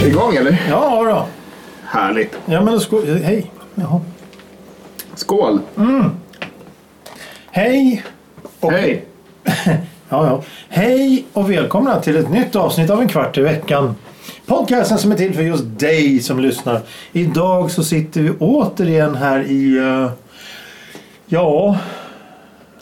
Är det igång eller? Ja då. Härligt. Ja men då sko- Hej. Jaha. Skål! Hej. Och, Hej! Ja, ja. Hej och välkomna till ett nytt avsnitt av En kvart i veckan. Podcasten som är till för just dig som lyssnar. Idag så sitter vi återigen här i... eh, ja,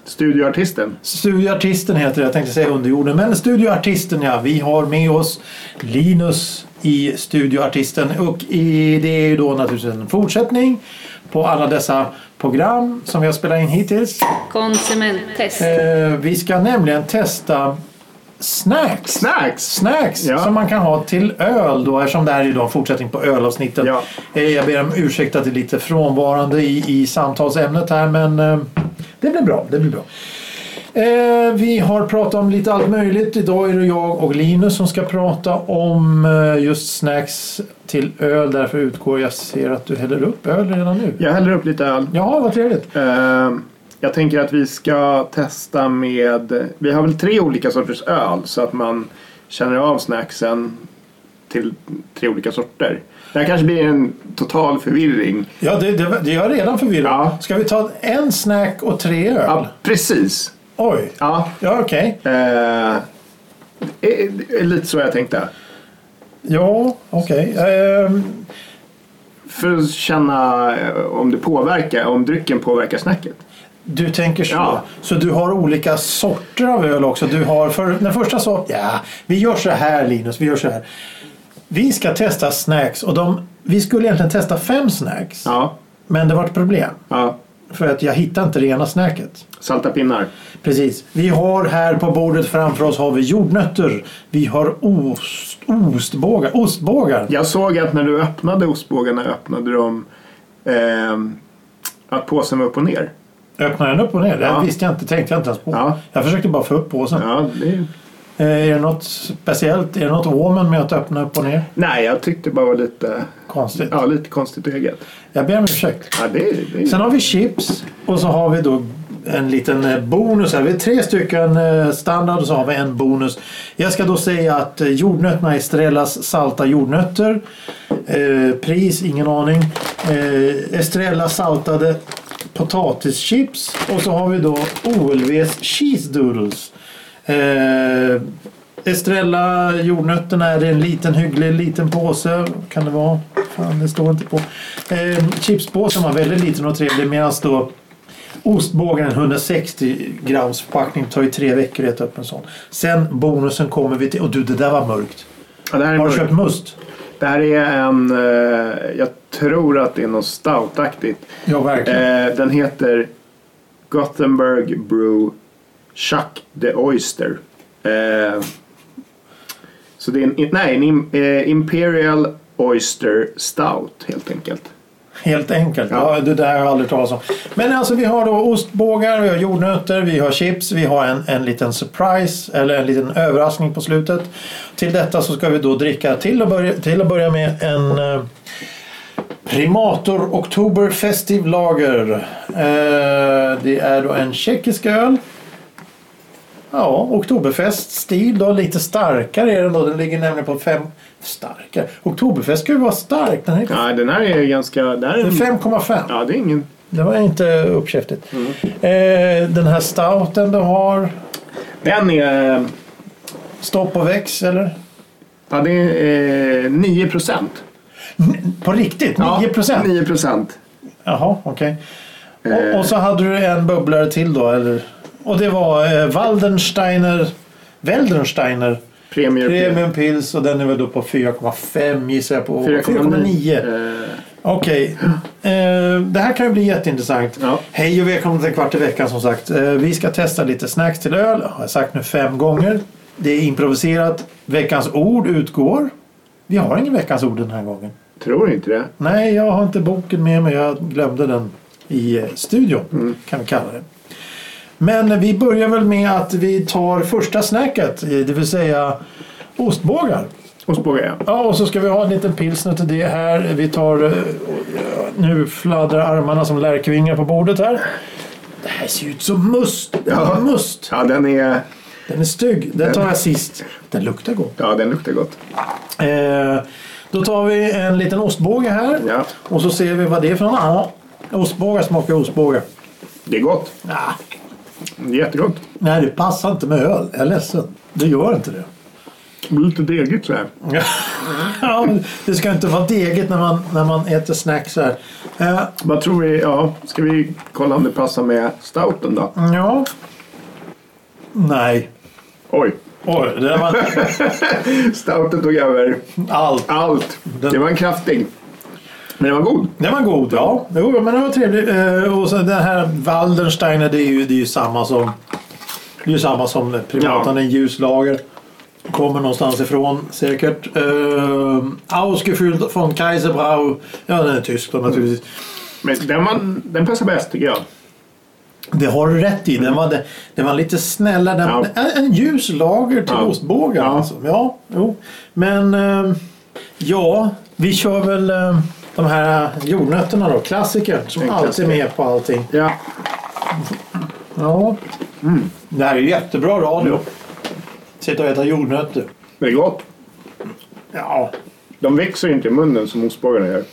Studioartisten. Studioartisten heter det. Jag tänkte säga underjorden. Men Studioartisten ja. Vi har med oss Linus i Studioartisten. Och i, det är ju då naturligtvis en fortsättning på alla dessa program som vi har spelat in hittills. Konsumenttest. Eh, vi ska nämligen testa snacks. Snacks! Snacks Ja. som man kan ha till öl då eftersom det här är då en fortsättning på ölavsnittet. Ja. Eh, Jag ber om ursäkt att det är lite frånvarande i, i samtalsämnet här men eh, det blir bra. Det blir bra. Eh, vi har pratat om lite allt möjligt. Idag är det jag och Linus som ska prata om eh, just snacks till öl. Därför utgår jag ser att du häller upp öl redan nu. Jag häller upp lite öl. Ja, vad trevligt. Ehm, Jag tänker att vi ska testa med... Vi har väl tre olika sorters öl så att man känner av snacksen till tre olika sorter. Det här kanske blir en total förvirring. Ja, det, det, det jag är redan förvirrad. Ja. Ska vi ta en snack och tre öl? Ja, precis. Oj. Ja. Ja, okej. eh, det är- det är lite så jag tänkte. Ja, okej. Ehm, För att känna eh, om det påverkar, om drycken påverkar snacket. Du tänker så. Ja. Så du har olika sorter av öl också. Du har för, den första sa ja, vi gör så här Linus, vi gör så här. Vi ska testa snacks och de, vi skulle egentligen testa fem snacks. Ja, Men det var ett problem. ja. För att jag hittade inte det ena snacket. Salta pinnar. Precis. Vi har här på bordet framför oss har vi jordnötter. Vi har ost, ostbågar. ostbågar. Jag såg att när du öppnade ostbågarna öppnade de ehm, att påsen var upp och ner. Öppnar den upp och ner? Det Ja. visste jag inte. tänkte jag inte ens på. Ja. Jag försökte bara få upp påsen. Ja, det... Eh, Är det något speciellt? Är det något woman med att öppna upp och ner? Nej, jag tyckte det bara var lite, Konstigt. ja, lite konstigt och eget. Jag ber om ursäkt. Ja, det, är- det, är- Sen har vi chips och så har vi då en liten eh, bonus här. Vi är tre stycken eh, standard och så har vi en bonus. Jag ska då säga att eh, jordnötterna är Estrellas salta jordnötter. Eh, pris, ingen aning. Eh, Estrella saltade potatischips och så har vi då OLVs cheese doodles. Eh, Estrella jordnötterna är det en liten hygglig liten påse. Kan det vara? Fan, det står inte på. Eh, chipspåsen var väldigt liten och trevlig medan då ostbågaren 160 grams förpackning tar ju tre veckor att äta upp en sån. Sen bonusen kommer vi till. Och du, det där var mörkt. ja, det här är, Har du mörkt. köpt must? det här är en... eh, jag tror att det är något stoutaktigt. Ja, verkligen. Eh, den heter Gothenburg Brew Chuck the Oyster. Eh, så det är en, nej, en im, eh, Imperial Oyster Stout helt enkelt. Helt enkelt. Ja. Ja. det där har jag aldrig talat om. Men alltså vi har då ostbågar, vi har jordnötter, vi har chips, vi har en, en liten surprise eller en liten överraskning på slutet. Till detta så ska vi då dricka till att börja, till att börja med en eh, Primator Oktober Festive Lager. Eh, det är då en tjeckisk öl. Ja, Oktoberfest-stil då. Lite starkare är den då. Den ligger nämligen på fem... Starkare? Oktoberfest ska ju vara stark. Den är Ja, den här är ganska... Den här är, det är 5,5. Ja, det är ingen... Det var inte uppkäftigt. Eh, den här stouten du har. Den är... eh, Stopp och väx eller? Ja, det är eh, 9 procent. N- Mm, På riktigt? 9 procent? 9 procent. Jaha, okej. Eh. Och, och så hade du en bubblare till då eller? Och det var eh, Waldensteiner Weldensteiner Premier Premium Pils och den är väl då på 4,5 gissar jag på. 4,9. 4,9. Eh, Okej. Eh, det här kan ju bli jätteintressant. Ja. Hej och välkomna till Kvart i veckan som sagt. Eh, vi ska testa lite snacks till öl. Har jag sagt nu fem gånger. Det är improviserat. Veckans ord utgår. Vi har ingen veckans ord den här gången. tror inte det. Nej, jag har inte boken med mig. Jag glömde den i eh, studion. Kan vi kalla det. Men vi börjar väl med att vi tar första snacket. eh, Det vill säga ostbågar. Ostbågar ja. Ja, och så ska vi ha en liten pilsner till det här. Vi tar... eh, Nu fladdrar armarna som lärkvingar på bordet här. Det här ser ju ut som must. Ja. Must. Ja, den, är, Den är stygg. Den tar jag sist. Den luktar gott. ja, den luktar gott. Eh, då tar vi en liten ostbåge här. Ja. Och så ser vi vad det är för någon. Ja, ostbågar smakar ostbågar. Det är gott. Ah, Det är jättegott. nej, det passar inte med öl. Jag är ledsen. Det gör inte det. Det blir lite degigt så här. Ja, men det ska inte vara deget när man, när man äter snacks här. Eh, Vad tror vi? Ja, ska vi kolla om det passar med stouten då? ja. Nej. Oj, Oj, det där var stouten tog över allt. allt. Det var en kraftig. Men den var god. Den var god, ja. Jo, men den var trevlig. Eh, och så den här Waldensteiner, det är ju, det är ju samma som det är ju samma som primaten, Ja. en ljuslager. Kommer någonstans ifrån säkert. Eh, Ausgefüllt von Kaiserbrau. Ja, den är tysk då naturligtvis. Men den, var, den passar bäst tycker jag. Det har du rätt i. Den var, det, den var lite snällare. Den, Mm. Ja. en, en ljus lager till Ja. ostbågar. Ja. Alltså. Ja, jo. Men eh, ja, vi kör väl eh, de här jordnötterna då. Klassikern som En alltid är klassiker. med på allting. Ja, Ja. Mm. Det här är ju jättebra radio. Sitta och äta jordnötter. det är gott. Ja. De växer ju inte i munnen som ostbågarna gör.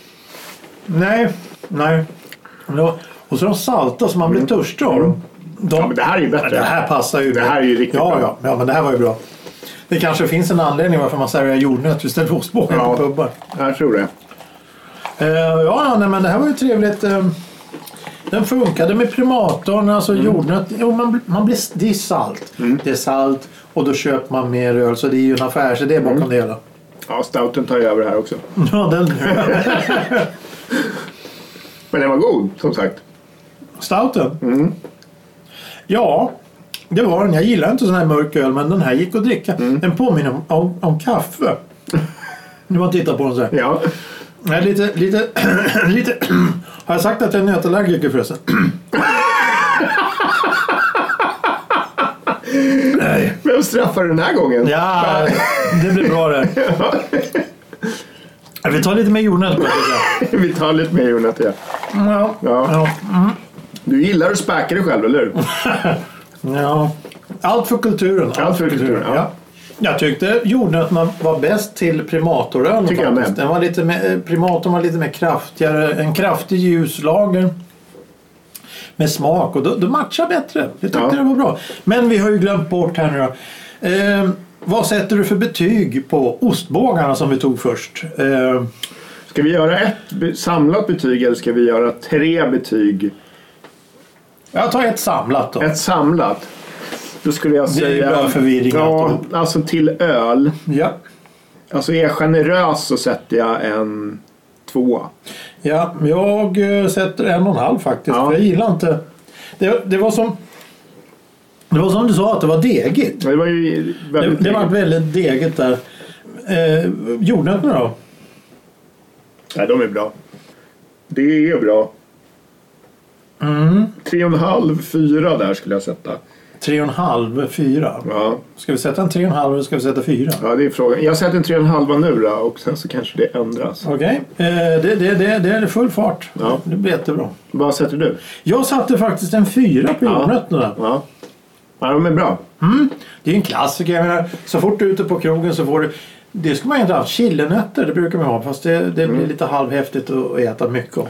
Nej. Nej. Men det var- Och så är de salta så man blir törstig av dem. De, Mm. Ja, men det här är ju bättre. Det här passar ju. Det här är ju riktigt ja, bra. Ja, ja, men det här var ju bra. Det kanske finns en anledning varför man serverar jordnötter istället för ostbågar Ja. på pubbar. Jag tror det. Eh, ja, ja, nej, men det här var ju trevligt. Eh, den funkade med primatorn, alltså Mm. jordnöt. Jo, man, bl- man blir, det är salt. Det är salt och då köper man mer öl. Så det är ju en affärsidé bakom Mm. det hela. Ja, stouten tar ju över här också. Ja, den, Men den var god, som sagt. stouten. Ja, det var den. Jag gillar inte sån här mörk öl, men den här gick att dricka. Den påminner om, om, om kaffe. När man tittar på den så här. Ja, Nej, lite, lite, lite... Har jag sagt att jag är nötallergiker förresten? Nej. vem straffar den här gången? Ja, det blir bra det. Vi tar lite mer jordnöt. på det, tycker jag. Vi tar lite mer Jonathan. Ja. Ja. Ja. Ja. Du gillar att späka dig själv, eller hur? ja. Allt för kulturen. Allt för kulturen, ja. Jag tyckte jordnötterna var bäst till primatorölen. Tycker jag faktiskt. med. Den var lite mer, eh, primatorn var lite mer kraftigare. En kraftig ljuslager. Med smak och då, då matchar bättre. Jag tyckte Ja. det var bra. Men vi har ju glömt bort här nu då. Eh, vad sätter du för betyg på ostbågarna som vi tog först? Eh, Ska vi göra ett be- samlat betyg eller ska vi göra tre betyg? jag tar ett samlat då. Ett samlat. Då skulle jag Det är säga... ju bra förvirring Ja, alltihop. alltså till öl. Ja. Alltså är jag generös så sätter jag en tvåa. Ja, jag eh, sätter en och en halv faktiskt. Ja. För jag gillar inte... Det, det var som... Det var som du sa att det var degigt. Det var ju Det, väldigt... det var väldigt degigt där. Eh, jordnötterna då? Nej, de är bra. Det är bra. Tre och en halv, fyra där skulle jag sätta. Mm. Tre och en halv, fyra. Ja, Ska vi sätta en tre och en halv eller ska vi sätta fyra? ja det är frågan. Jag sätter en tre och en halva nu då och sen så kanske det ändras. Okej, eh, det, det, det, det är full fart. Ja. Det blir jättebra. Vad sätter du? Jag satte faktiskt en fyra på jordnötterna. Ja. ja, de är bra. Det är en klassiker. Jag menar, så fort du är ute på krogen så får du... Det ska man ju inte ha. Chilenötter, det brukar man ha. Fast det, det blir lite halvhäftigt att att äta mycket av.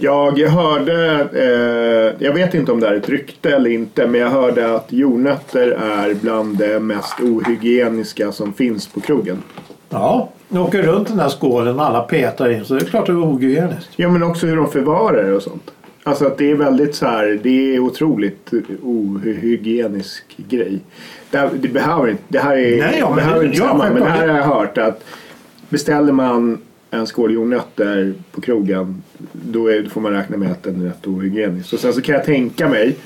Jag hörde, eh, jag vet inte om det här är ett rykte eller inte, men jag hörde att jordnötter är bland det mest ohygieniska som finns på krogen. Ja, du åker runt den där skålen och alla petar in. Så det är klart det var ogreniskt. Ja, men också hur de förvarar det och sånt. Alltså att det är väldigt så här, det är otroligt ohygienisk grej. Det, här, det behöver inte, det här är, Nej, ja, men behöver det- inte ja, samma, men det självklart. här har jag hört att beställer man en skål jordnötter på krogen då, är, då får man räkna med att den är rätt ohygienisk. Och sen så kan jag tänka mig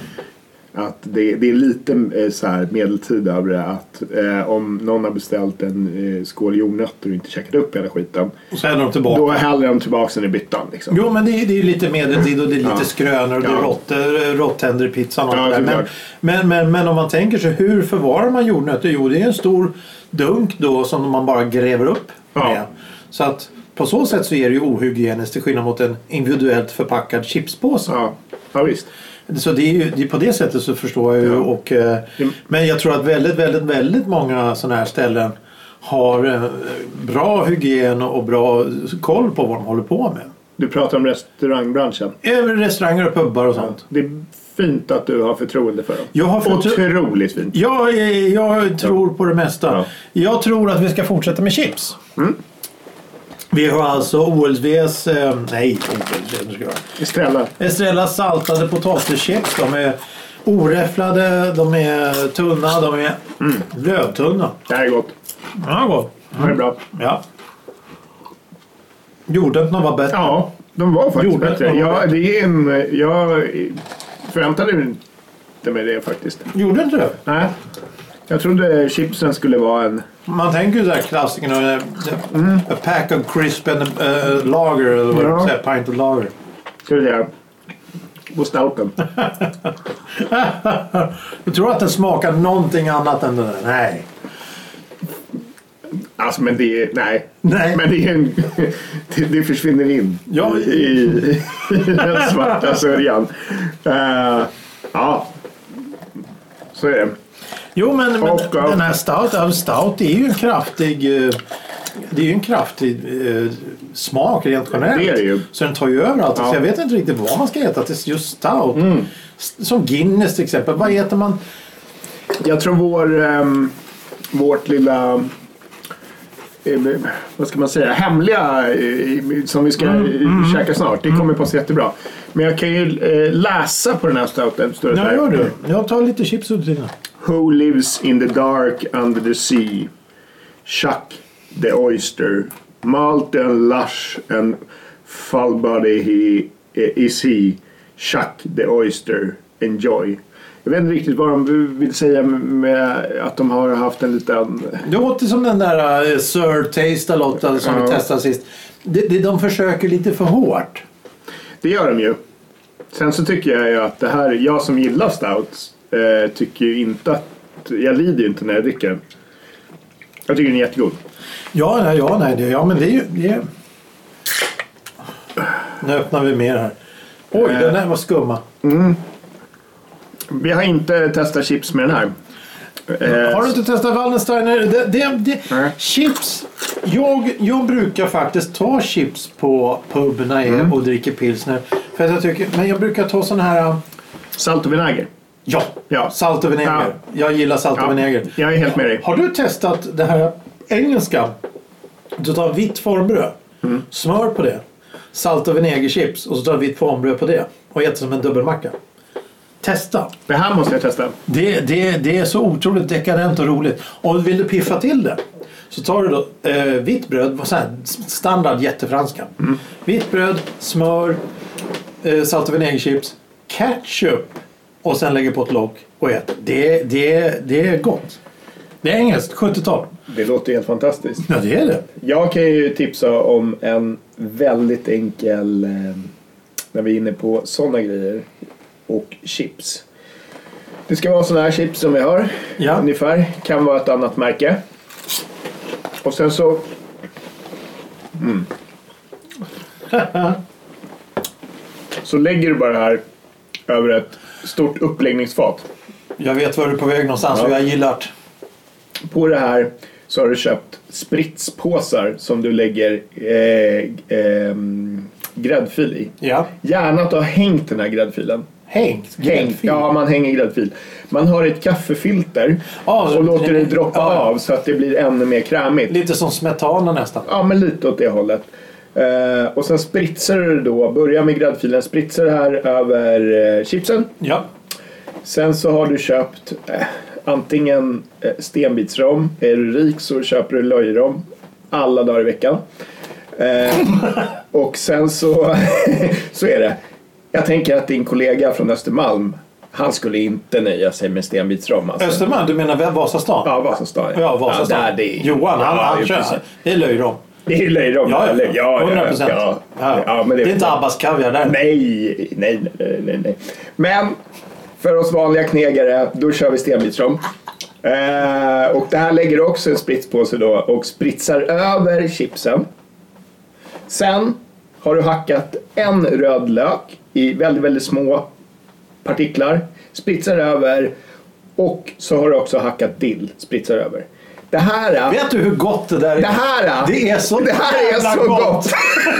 Att det, det är lite eh, så här medeltida över det. Att eh, om någon har beställt en eh, skål jordnötter och inte käkat upp hela skiten. Och så är de tillbaka. Då häller de tillbaka den i byttan. Liksom. Jo, men det är, det är lite medeltid och det är lite Ja. skrönor och det är Ja. råttor- eh, råttänder i pizzan och Ja, allt det där. Men, såklart. men, men, men om man tänker sig hur förvarar man jordnötter? Jo, det är en stor dunk då som man bara gräver upp Ja. med. Så att på så sätt så är det ju ohygieniskt till skillnad mot en individuellt förpackad chipspåse. Ja, ja visst. Så det är ju det är på det sättet så förstår jag ju. Ja. Och, eh, Mm. men jag tror att väldigt, väldigt, väldigt många sådana här ställen har eh, bra hygien och bra koll på vad de håller på med. Du pratar om restaurangbranschen. Över restauranger och pubbar och sånt. Det är fint att du har förtroende för dem. Jag har förtro- Otroligt fint. Jag, eh, jag tror på det mesta. Ja. Jag tror att vi ska fortsätta med chips. Mm. Vi har alltså OLVs... Eh, nej, OLVs nu ska jag. Estrella. Estrella saltade potatischips. De är oräfflade, de är tunna, de är Mm. lövtunna. Det här är gott. Ja, gott. Det här är bra. Ja. Jordnötterna var bättre. Ja, de var faktiskt Gjorde bättre. de var Ja, det är en, jag förväntade mig inte mig det faktiskt. Gjorde inte det? Nej. Jag trodde chipsen skulle vara en... Man tänker ju där klassiken eh, A pack of crisp and a, eh, lager eller vad Mm. Ja. du säger, pint of lager. Ska vi säga... På stouten. Jag tror att den smakar någonting annat än den där. Nej. Alltså men det är... Nej. Nej. Men det är en... Det, det försvinner in Ja. i, i, i den svarta sörjan. Eh, ja. Så är det. Jo, men, men Och, ja. den här stout, ja, stout är ju en kraftig... eh, Det är ju en kraftig eh, smak rent generellt. Det är det ju. Så den tar ju över allt. Så Ja. Mm. jag vet inte riktigt vad man ska äta till just stout. S- Som Guinness till exempel. Vad äter man? Jag tror vår, ehm, vårt lilla, eh, vad ska man säga, hemliga eh, som vi ska mm. käka snart, det kommer passa jättebra. Men jag kan ju eh, läsa på den här stouten. Står det så Ja, här. gör du. Jag tar lite chips åt dina. Who lives in the dark under the sea? Chuck the oyster. Malt and lush and full body he, eh, is he. Chuck the oyster. Enjoy. Jag vet inte riktigt vad de vill säga med att de har haft en liten... Det låter som den där uh, Sir Taste a lot alltså, som vi Ja. testade sist. De, de, de försöker lite för hårt. Det gör de ju. Sen så tycker jag ju att det här, jag som gillar stouts, eh, tycker ju inte att... Jag lider ju inte när jag dricker den. Jag tycker den är jättegod. Ja, nej, ja, nej, det, ja men det är ju... Det är... Nu öppnar vi mer här. Oj, Eh. den där var skumma. Vi har inte testat chips med den här. Eh, Har du inte testat Wallensteiner? Det, det, Nej. det, chips. Jag, jag brukar faktiskt ta chips på pub när jag är Mm. och dricker pilsner. För att jag tycker, men jag brukar ta sån här... Salt och vinäger. Ja, Ja. salt och vinäger. Ja. Jag gillar salt och Ja, vinäger. jag är helt med dig. Har du testat det här engelska? Du tar vitt formbröd, smör på det, salt och vinägerchips och så tar du vitt formbröd på det och äter som en dubbelmacka. Testa! Det här måste jag testa. Det, det, det är så otroligt dekadent och roligt. Och vill du piffa till det så tar du då eh, vitt bröd, så här, standard jättefranska. Mm. Vitt bröd, smör, eh, salt och vinägerchips, ketchup och sen lägger på ett lock och äter. Det, det, det är gott. Det är engelskt, 70-tal. Det låter helt fantastiskt. Ja, det är det. Jag kan ju tipsa om en väldigt enkel, eh, när vi är inne på sådana grejer, och chips. Det ska vara sådana här chips som vi har, Ja. ungefär. Kan vara ett annat märke. Och sen så... Mm. så lägger du bara det här över ett stort uppläggningsfat. Jag vet var du är på väg någonstans Ja. och jag gillar det. På det här så har du köpt spritspåsar som du lägger eh, eh, gräddfil i. Ja. Gärna att du har hängt den här gräddfilen. Hängt. Hängt. Ja, man hänger gräddfil. Man har ett kaffefilter Ja, så- och låter det droppa ja, ja. av så att det blir ännu mer krämigt. Lite som smetana nästan. Ja, men lite åt det hållet. Eh, och sen spritsar du då, börja med gräddfilen, spritsar det här över eh, chipsen. Ja. Sen så har du köpt eh, antingen eh, stenbitsrom, är du rik så köper du löjrom alla dagar i veckan. Eh, och sen så, så är det. Jag tänker att din kollega från Östermalm Han skulle inte nöja sig med stenbitsrom. Alltså. Östermalm, du menar Vasastan? Ja, Vasastan. Ja, Vasastan. Ja, där, det är... Johan, han, ja, han ju kör. precis. Det är löjrom. Det är ju löjrom. Ja, ja. eller? ja, 100 procent. Ja, ja. ja, men det, det, är inte Abbas kaviar där. Nej, nej, nej, nej, nej. Men för oss vanliga knegare, då kör vi stenbitsrom. Eh, och det här lägger du också en spritspåse då och spritsar över chipsen. Sen har du hackat en röd lök i väldigt, väldigt små partiklar, spritsar över och så har du också hackat dill, spritsar över. Det här... är- Vet du hur gott det där är? Det här, Det är så det här är jävla så gott. gott!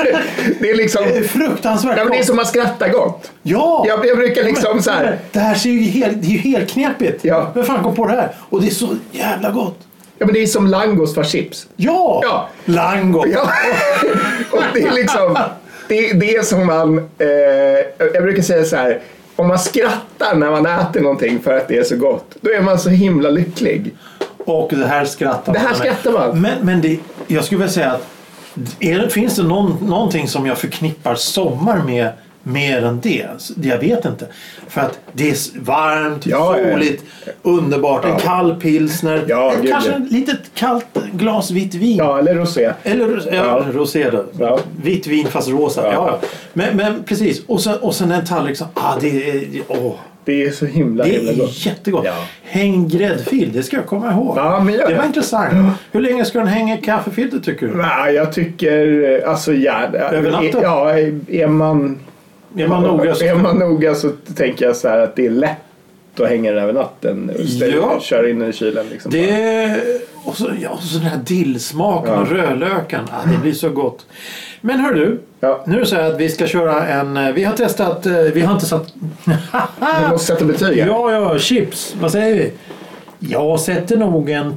det är liksom... Det är fruktansvärt Ja, men det är gott. som att skratta gott. Ja! Jag, jag brukar liksom så här... Det här ser ju helt, det är ju helt knepigt. Ja. Vem fan kom på det här? Och det är så jävla gott. Ja, men det är som langos för chips. Ja! Ja. Lango. Ja. Och det är liksom... Det, det är som man... Eh, jag brukar säga så här... Om man skrattar när man äter någonting för att det är så gott, då är man så himla lycklig. Och det här skrattar Det här skrattar man. Men, men det, jag skulle vilja säga att är, finns det någon, någonting som jag förknippar sommar med mer än det? S- Jag vet inte. För att det är s- varmt, Ja, ja, ja. soligt, underbart. En kall pilsner. Ja, ett, gud, kanske ja. ett litet kallt glas vitt vin. Ja, eller rosé. Eller ja, Ja. rosé då. Ja. Vitt vin fast rosa. Ja. ja. Men, men precis. Och sen, och sen en tallrik som... Ah, det är, åh, Det är så himla, det himla gott. är jättegott. Ja. Häng gräddfil, det ska jag komma ihåg. Ja, men gör det var det. intressant. Hur länge ska den hänga i kaffefiltret tycker du? Nej, jag tycker... eh, Alltså, ja, Över natten? ja, är man... Är man noga så... Är man noga så tänker jag så här att det är lätt att hänga den över natten. Och ställa- Ja. Köra in den i kylen. Liksom. Det... Och så, ja, och så den här dillsmaken och rödlöken. Ah, det blir så gott. Men hör du. Ja. Nu är det så här att vi ska köra en... eh, Vi har testat... eh, Vi har inte satt... Man måste sätta betyg här. Ja, ja, chips. Vad säger vi? Jag sätter nog en,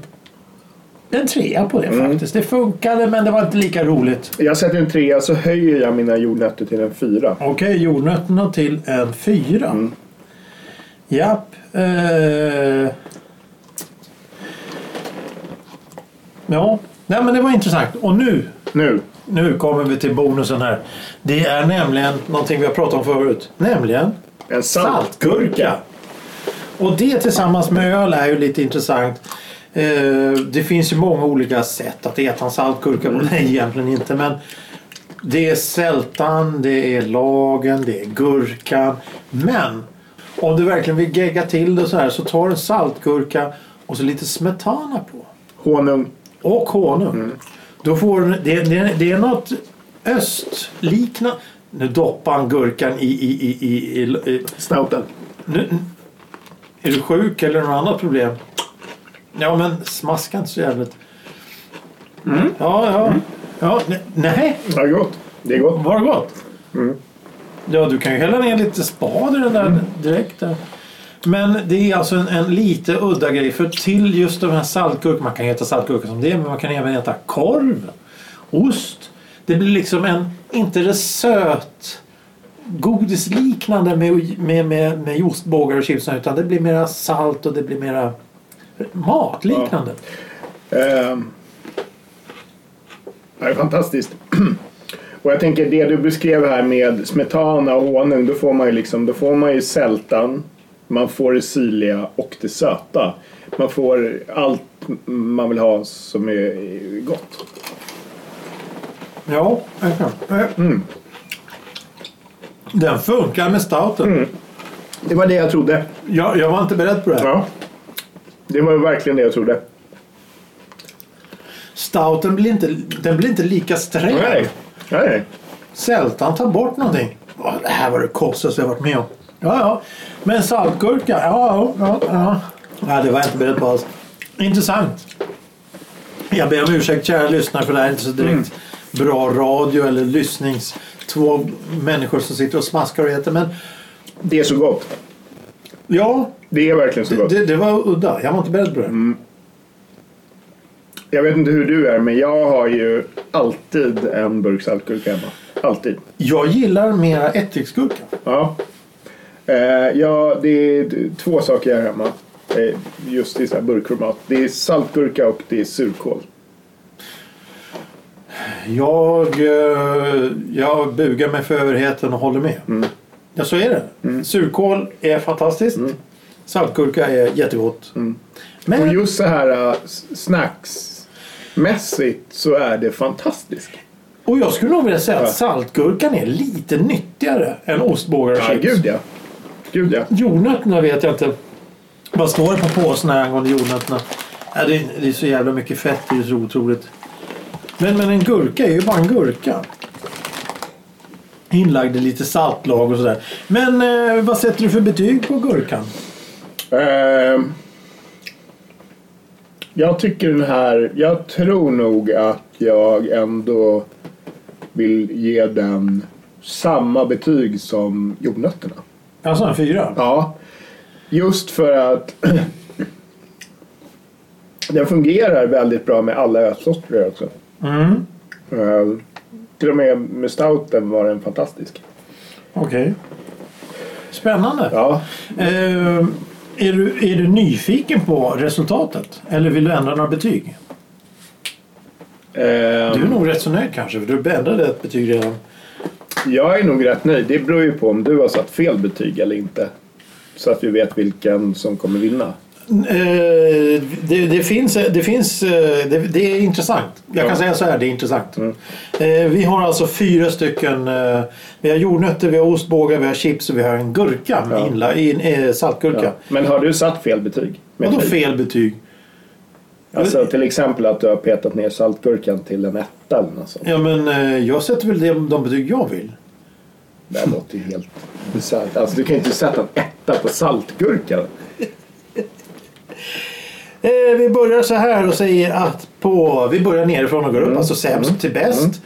en trea på det Mm. faktiskt. Det funkade men det var inte lika roligt. Jag sätter en trea så höjer jag mina jordnötter till en fyra. Okej, jordnötterna till en fyra. Japp. Eh... Ja, Nej, men det var intressant. Och nu, Nu. nu kommer vi till bonusen här. Det är nämligen någonting vi har pratat om förut. Nämligen En saltgurka. Och det tillsammans med öl är ju lite intressant. Eh, Det finns ju många olika sätt att äta en saltgurka på. Nej, egentligen inte. Men det är sältan, det är lagen, det är gurkan. Men om du verkligen vill gegga till det så här så tar du en saltgurka och så lite smetana på. Honung. Och honung. Då får du- det, det, det är något östliknande. Nu doppar han gurkan i, i, i, i, i, i Snouten. nu, är du sjuk eller något annat problem? Ja, men smaska inte så jävligt. Ja, ja. ja ne- nej, Ja, gott. Det är gott. var det gott? Ja, du kan ju hälla ner lite spad i den där direkt. Där. Men det är alltså en, en lite udda grej. För till just de här saltgurkorna, man kan äta saltgurka som det är, men man kan även äta korv, ost. Det blir liksom en, inte det söt godisliknande med, med, med, med ostbågar och chips utan det blir mera salt och det blir mera matliknande. Ehm. Det är fantastiskt. Och jag tänker det du beskrev här med smetana och honung. Då får man ju, liksom, då får man ju sältan. Man får det syrliga och det söta. Man får allt man vill ha som är gott. Ja, verkligen. Den funkar med stouten. Det var det jag trodde. Jag, jag var inte beredd på det. här. Ja. Det var verkligen det jag trodde. Stouten blir inte, den blir inte lika sträng. Nej. Nej. Sältan tar bort någonting. Åh, det här var det konstigaste jag varit med om. Ja, ja. Men saltgurka, ja, ja, ja, ja. Nej, det var jag inte beredd på alls. Intressant. Jag ber om ursäkt kära lyssnare för det här är inte så direkt bra radio eller lyssnings... Två människor som sitter och smaskar och äter. Men Det är så gott. ja, Det är verkligen så det, gott. det, det var udda. Jag var inte beredd på det. Jag vet inte hur du är, men jag har ju alltid en burk saltgurka hemma. Alltid. Jag gillar mera ättiksgurka. Ja. Eh, ja, det är två saker jag har hemma. Eh, just i så här burkformat. Det är saltgurka och det är surkål. Mm. Jag, eh, jag bugar mig för överheten och håller med. Ja, så är det. Surkål är fantastiskt. Saltgurka är jättegott. Mm. Och Men just så här äh, s- snacksmässigt så är det fantastiskt. Och jag skulle nog vilja säga att saltgurkan är lite nyttigare än ostbågar och Ja, chips. gud ja. Gud ja. Jordnötterna vet jag inte. Vad står det på påsen här angående jordnötterna? Ja, det, är, det är så jävla mycket fett. Det är så otroligt. Men, men en gurka är ju bara en gurka. Inlagd i lite saltlag och sådär. Men eh, vad sätter du för betyg på gurkan? Ehm, jag tycker den här... Jag tror nog att jag ändå vill ge den samma betyg som jordnötterna. Alltså en fyra? Ja, just för att den fungerar väldigt bra med alla ölsorter också. Mm, Ehm, till och med med stouten var den fantastisk. Okej. Spännande. Ja, Eh, är, du, är du nyfiken på resultatet? Eller vill du ändra några betyg? ehm, Du är nog rätt så nöjd kanske, för du ändrade ett betyg redan. Jag är nog rätt nöjd. Det beror ju på om du har satt fel betyg eller inte. Så att vi vet vilken som kommer vinna. Eh, det, det finns, det, finns eh, det, det är intressant. Jag kan Ja. Mm. säga så här, det är intressant. Eh, vi har alltså fyra stycken. Eh, vi har jordnötter, vi har ostbågar, vi har chips och vi har en gurka. Ja. Inla, in, eh, saltgurka. Ja. Men har du satt fel betyg? Med Vadå dig? fel betyg? Alltså till exempel att du har petat ner saltgurkan till en etta eller något sånt. Ja, men eh, jag sätter väl de, de betyg jag vill. Det Mm. här låter ju helt bisarrt. Alltså du kan ju inte sätta en etta på saltgurkan. Eh, vi börjar så här och säger att på... Vi börjar nerifrån och går upp, Mm. alltså sämst till bäst.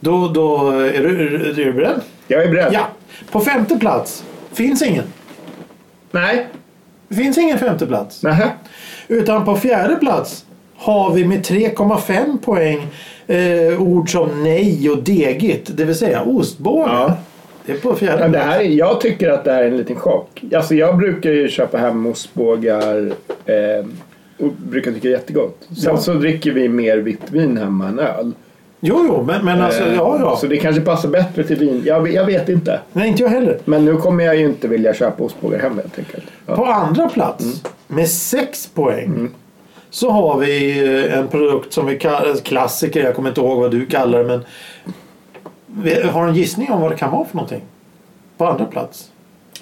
Då, då eh, är, du, är du beredd? Jag är beredd. Ja. På femte plats finns ingen. Nej. Det finns ingen femte plats. Nähä. Utan på fjärde plats har vi med 3,5 poäng eh, ord som nej och degigt. Det vill säga ostbågar. Ja. Det är på fjärde Men det plats. här är, jag tycker att det här är en liten chock. Alltså jag brukar ju köpa hem ostbågar eh, och brukar tycka jättegott. Sen Ja. så dricker vi mer vitt vin hemma än öl. Jo, jo, men, men alltså Eh, ja, ja. Så det kanske passar bättre till vin. Jag, vet- jag vet inte. Nej, inte jag heller. Men nu kommer jag ju inte vilja köpa ostbågar hem helt enkelt. Ja. Mm. På andra plats med 6 poäng så har vi eh, en produkt som vi kallar klassiker. Jag kommer inte ihåg vad du kallar det men vi- har du en gissning om vad det kan vara för någonting? På andra plats.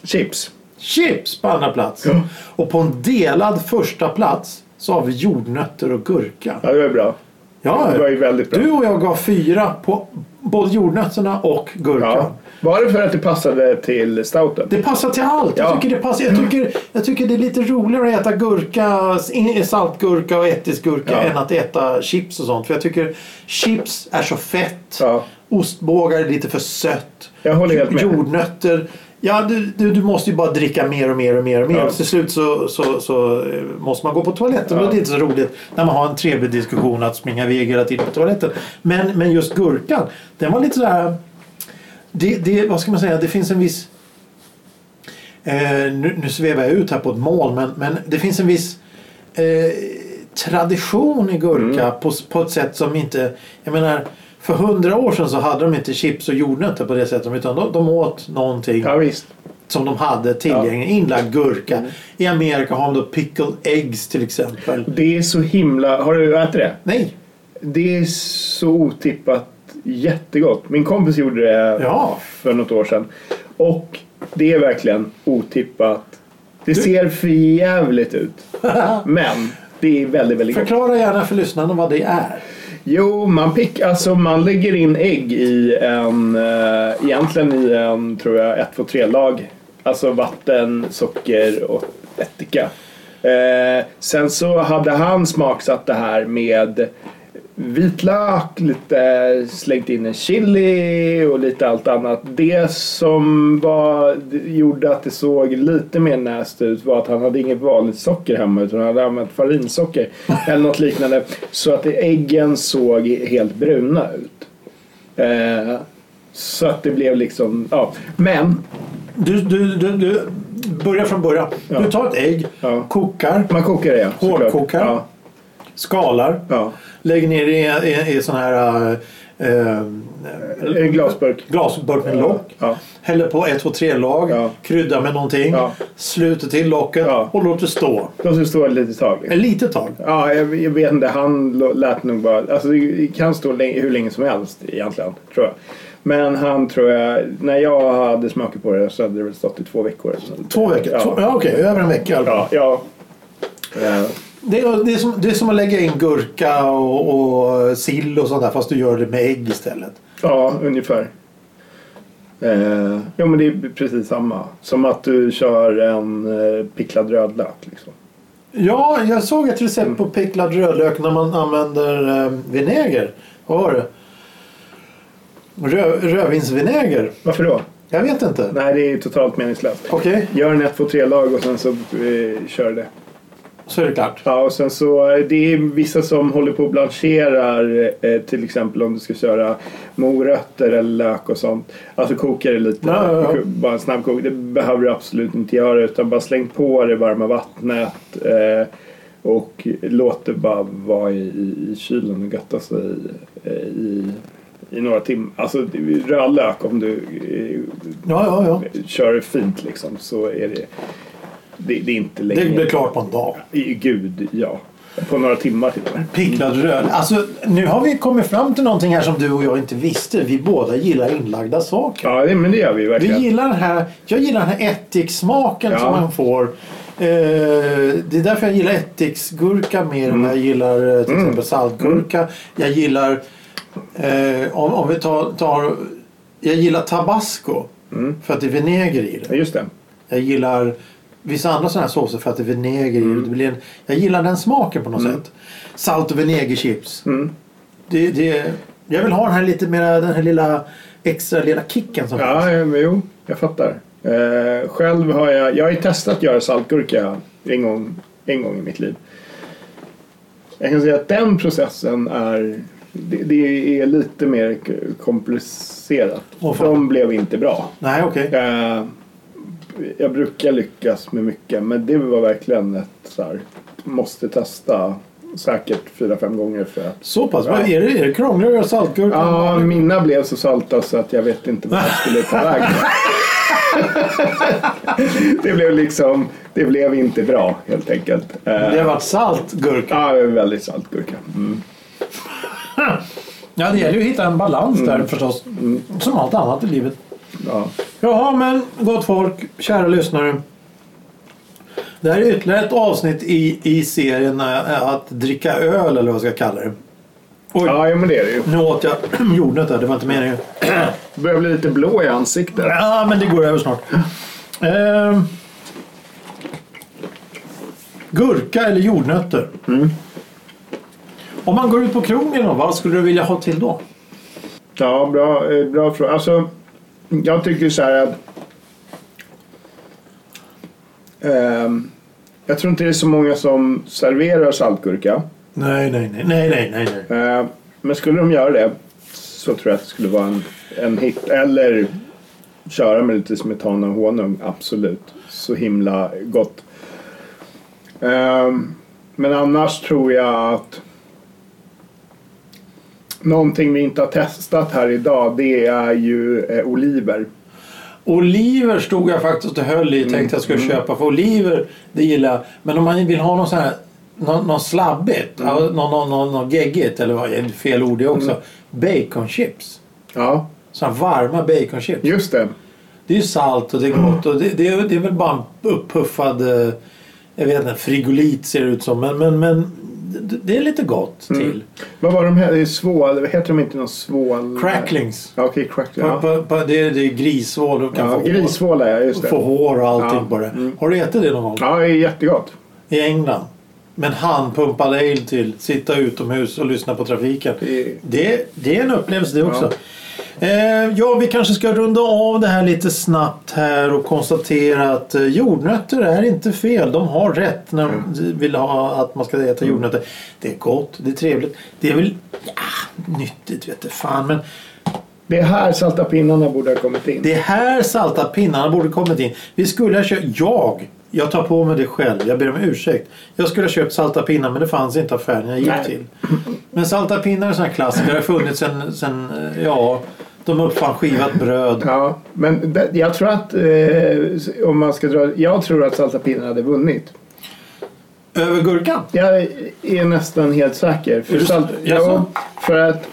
Chips. Chips på andra plats. Ja. Och på en delad första plats så har vi jordnötter och gurka. Ja, det var ju bra. Ja, det var ju väldigt bra. Du och jag gav fyra på både jordnötterna och gurkan. Ja. Var det för att det passade till stouten? Det passar till allt. Jag, Ja. Mm. tycker det passar, jag, tycker, jag tycker det är lite roligare att äta gurka, saltgurka och ättiksgurka Ja. än att äta chips och sånt. För jag tycker chips är så fett. Ja. Ostbågar är lite för sött. Jag håller helt med. Jordnötter. Ja, du, du, du måste ju bara dricka mer och mer och mer. Och mer. Ja. Och till slut så, så, så eh, måste man gå på toaletten. Och det är inte så roligt när man har en trevlig diskussion att springa iväg hela tiden på toaletten. Men, men just gurkan, den var lite sådär... Det, det, vad ska man säga? Det finns en viss... Eh, nu, nu svävar jag ut här på ett mål, men, men det finns en viss eh, tradition i gurka Mm. på, s- på ett sätt som inte... Jag menar, för hundra år sedan så hade de inte chips och jordnötter på det sättet, utan de, de åt någonting Ja, Mm. visst. som de hade tillgängligt, inlagd gurka. I Amerika har de då pickled eggs till exempel. Det är så himla... Har du ätit det? Nej, Det är så otippat jättegott. Min kompis gjorde det ja. för något år sedan. Och det är verkligen otippat. Det ser för jävligt ut. Men det är väldigt, väldigt gott. Förklara gärna för lyssnarna vad det är. Jo, man, pick, alltså man lägger in ägg i en, eh, egentligen i en, tror jag, 1, 2, 3-lag. Alltså vatten, socker och ättika. Eh, sen så hade han smaksatt det här med vitlök, lite eh, slängt in en chili och lite allt annat. Det som var, gjorde att det såg lite mer näst ut var att han hade inget vanligt socker hemma utan han hade använt farinsocker eller något liknande. Så att äggen såg helt bruna ut. Eh, så att det blev liksom, ja. Men Du, du, du, du börjar från början. Ja. Du tar ett ägg, Ja. kokar, man kokar det. såklart. Hårdkokar. Ja, skalar, ja. lägger ner i, i, i sån här eh, eh, En glasburk. glasburk med lock. Ja. Häller på 1, 2, 3-lag, Ja. kryddar med någonting, Ja. sluter till locket Ja. och låter stå. De som står ett litet tag. liksom. Ett litet tag. Ja, jag, jag vet inte. Han lå- lät nog bara... Alltså det kan stå länge, hur länge som helst egentligen, tror jag. Men han tror jag... När jag hade smakat på det så hade det väl stått i två veckor. eller sånt. Två veckor? Ja. Ja, ja okej. Över en vecka. Ja, ja. Eh, Det, är, det, är som, det är som att lägga in gurka och, och sill och sånt där fast du gör det med ägg istället. Ja, ungefär. Eh, jo, men det är precis samma. Som att du kör en eh, picklad rödlök. Liksom. Ja, jag såg ett recept på picklad rödlök när man använder eh, vinäger. Vad var det? Rö, rödvinsvinäger. Varför då? Jag vet inte. Nej, det är ju totalt meningslöst. Okej, Gör en 1, 2, 3-lag och sen så eh, kör det. så är det klart. Ja, och sen så eh, det är vissa som håller på och blancherar eh, till exempel om du ska köra morötter eller lök och sånt. Alltså kokar det lite. Ja, ja, ja. Bara en snabb kok. Det behöver du absolut inte göra utan bara släng på det varma vattnet eh, och låt det bara vara i, i, i kylen och götta sig i, i, i några timmar. Alltså det är rödlök om du eh, Ja, ja, ja. kör det fint liksom så är det det, det är inte länge. Det blir klart på en dag. I- Gud, ja. På några timmar till och med. Picklad röd. Alltså, nu har vi kommit fram till någonting här som du och jag inte visste. Vi båda gillar inlagda saker. Ja, det, men det gör vi ju Du verkligen. gillar den här, jag gillar den här ättiksmaken Ja. som man får. Eh, det är därför jag gillar ättiksgurka mer än jag gillar eh, till exempel saltgurka. Jag gillar, eh, om, om vi tar, tar, jag gillar tabasco för att det är vinäger i det. Ja, just det. Jag gillar vissa andra sådana här såser för att det är vinäger i. Det blir en, jag gillar den smaken på något sätt. Salt och vinägerchips. Det, det, jag vill ha den här lite mera, den här lilla extra lilla kicken som finns. Ja, eh, men jo, jag fattar. Eh, själv har jag... Jag har ju testat att göra saltgurka en gång, en gång i mitt liv. Jag kan säga att den processen är... Det, det är lite mer k- komplicerat. Åh, fan. De blev inte bra. Nej, okej. Eh, jag brukar lyckas med mycket, men det var verkligen ett så här... Måste testa säkert fyra, fem gånger för att Så pass? Ja. Vad Är, det, är det krångligare att göra saltgurka? Ja, mina blev så salta så att jag vet inte vad jag skulle ta vägen. det blev liksom, det blev inte bra helt enkelt. Eh, Det har varit saltgurka. Ja, det var väldigt saltgurka. Mm. Ja, det gäller ju att hitta en balans där förstås. Mm. Som allt annat i livet. Ja. Jaha, men gott folk, kära lyssnare. Det här är ytterligare ett avsnitt i, i serien eh, att dricka öl, eller vad jag ska kalla det. Oj, ja, jo, men det är det ju. nu åt jag jordnötter. Det var inte meningen. Börjar bli lite blå i ansiktet. Ja, men det går över snart. Ehm, gurka eller jordnötter? Om man går ut på krogen, då, vad skulle du vilja ha till då? Ja, bra, eh, bra fråga. Alltså, jag tycker så här att... Ehm, jag tror inte det är så många som serverar saltgurka. Nej, nej, nej, nej, nej, nej. nej. Eh, Men skulle de göra det så tror jag att det skulle vara en, en hit. Eller köra med lite smetana och honung, absolut. Så himla gott. Eh, Men annars tror jag att någonting vi inte har testat här idag det är ju eh, oliver. Oliver stod jag faktiskt och höll i. Tänkte jag Mm. skulle köpa. För oliver, det gillar jag. Men om man vill ha någon sån här... Någon, någon slabbigt. Mm. Någon, någon, någon, någon geggigt. Eller vad, det är fel ord det Mm. också. Baconchips. Ja, Sådana varma baconchips. just det. Det är ju salt och det är Mm. gott. Och det, det, är, det är väl bara en upppuffad... eh, Jag vet inte, frigolit ser det ut som. Men, men, men det, det är lite gott Mm. till. Vad var de här? Det är svål, heter de inte någon svål? Cracklings. Ja, Okej, crackling. På, Ja. på, på, det, är- det är grisvål. Du kan Ja, få, grisvål är just hår, få det. hår och allting Ja. Mm. på det. Har du ätit det någon gång? Ja, det är jättegott. i England. Men han pumpade ale till, sitta utomhus och lyssna på trafiken. Det- Det, det är en upplevelse det också. Eh, ja, vi kanske ska runda av det här lite snabbt här och konstatera att eh, jordnötter är inte fel. De har rätt när de vill ha att man ska äta jordnötter. Det är gott, det är trevligt. Det är väl ja, nyttigt vet du fan. Men Det är här salta pinnarna borde ha kommit in. det är här salta pinnarna borde kommit in. Vi skulle ha köpt, jag Jag tar på mig det själv. Jag ber om ursäkt. Jag skulle ha köpt salta pinnar men det fanns inte i affären jag gick Nej. till. Men salta pinnar är en sån här klassiker. Det har funnits sen, sen eh, ja, de uppfann skivat bröd. Ja, men det- jag tror att eh, om man ska dra, jag tror att Salta Pinnar hade vunnit. Över gurkan. Jag är nästan helt säker. För, Är du- salt, Jaså? ja, för att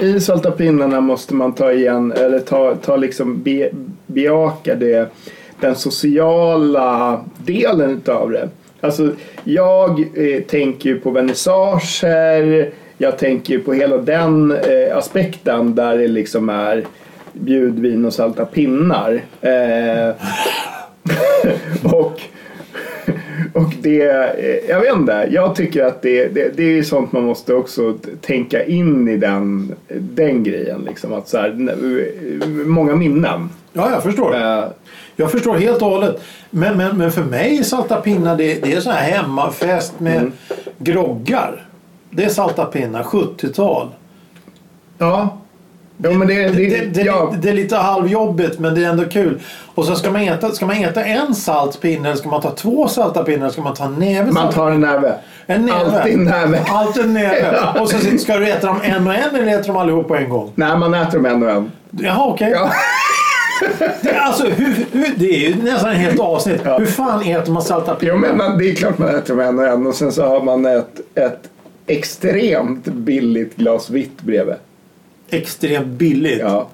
i Salta Pinnarna måste man ta igen, eller ta, ta liksom be, bejaka det, den sociala delen utav det. Alltså, jag eh, tänker ju på vernissager, jag tänker ju på hela den eh, aspekten där det liksom är bjudvin och salta pinnar. Eh, och och det, eh, jag vet inte, jag tycker att det, det, det är sånt man måste också t- tänka in i den, den grejen. Liksom, att så här, n- eh, många minnen. Ja, jag förstår. Eh, Jag förstår helt och hållet. Men, men, men för mig är salta pinnar det, det är sån här hemmafest med groggar. Det är salta pinnar, 70-tal. ja. ja, men det, det, Det, det, ja. det är lite halvjobbigt men det är ändå kul. Och så ska man äta, ska man äta en salt pinne eller ska man ta två salta pinnar? Eller ska man ta en näve? man salt- tar en näve. en näve. Alltid en näve. Alltid en näve. Och så sitter- ska du äta dem en och en eller äter dem allihop på en gång? Nej, man äter dem en och en. Jaha okej. Ja. Det, alltså, hur, hur, det är ju nästan ett helt avsnitt. Hur fan äter man salta pinnar? Jo, men man, det är klart man äter dem en och en. Och sen så har man ett, ett extremt billigt glas vitt bredvid. Extremt billigt. Ja.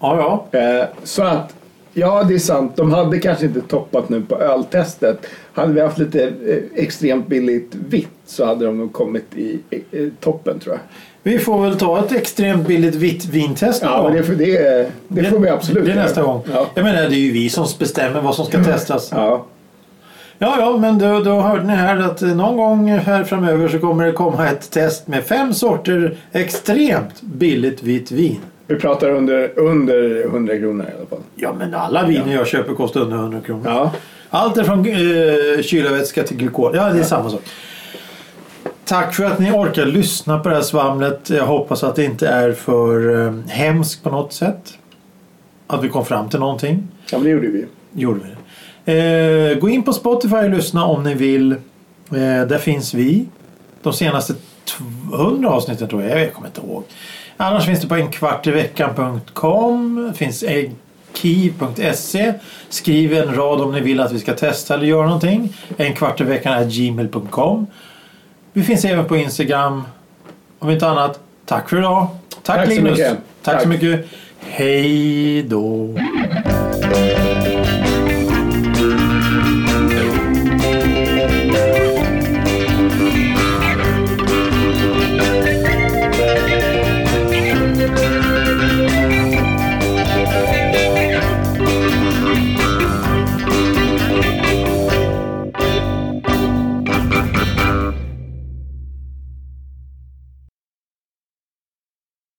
ja. ja. Eh, Så att, ja det är sant. De hade kanske inte toppat nu på öltestet. Hade vi haft lite eh, extremt billigt vitt så hade de nog kommit i eh, toppen tror jag. Vi får väl ta ett extremt billigt vitt vintest någon Ja, gång. men det, får- det, det får vi absolut Det är göra. nästa gång. Ja. Mm. Jag menar, det är ju vi som bestämmer vad som ska testas. Ja. Ja, ja, men då, då hörde ni här att eh, någon gång här framöver så kommer det komma ett test med fem sorter extremt billigt vitt vin. Vi pratar under, under 100 kronor i alla fall. Ja, men alla viner jag köper kostar under 100 kronor. Ja. Allt ifrån eh, kylarvätska till glykol. Ja, det är samma sak. Tack för att ni orkar lyssna på det här svamlet. Jag hoppas att det inte är för eh, hemskt på något sätt. Att vi kom fram till någonting. ja, men det gjorde vi. gjorde vi det. Eh, gå in på Spotify och lyssna om ni vill. Eh, där finns vi. De senaste 100 avsnitten tror jag. Jag kommer inte ihåg. Annars finns det på enkvartiveckan.com. Finns kiv.se. Skriv en rad om ni vill att vi ska testa eller göra någonting. Enkvartiveckan.gmail.com. Vi finns även på Instagram. Om inte annat, tack för idag. Tack, Tack så Linus. mycket. Tack, Tack. så mycket. Hej då.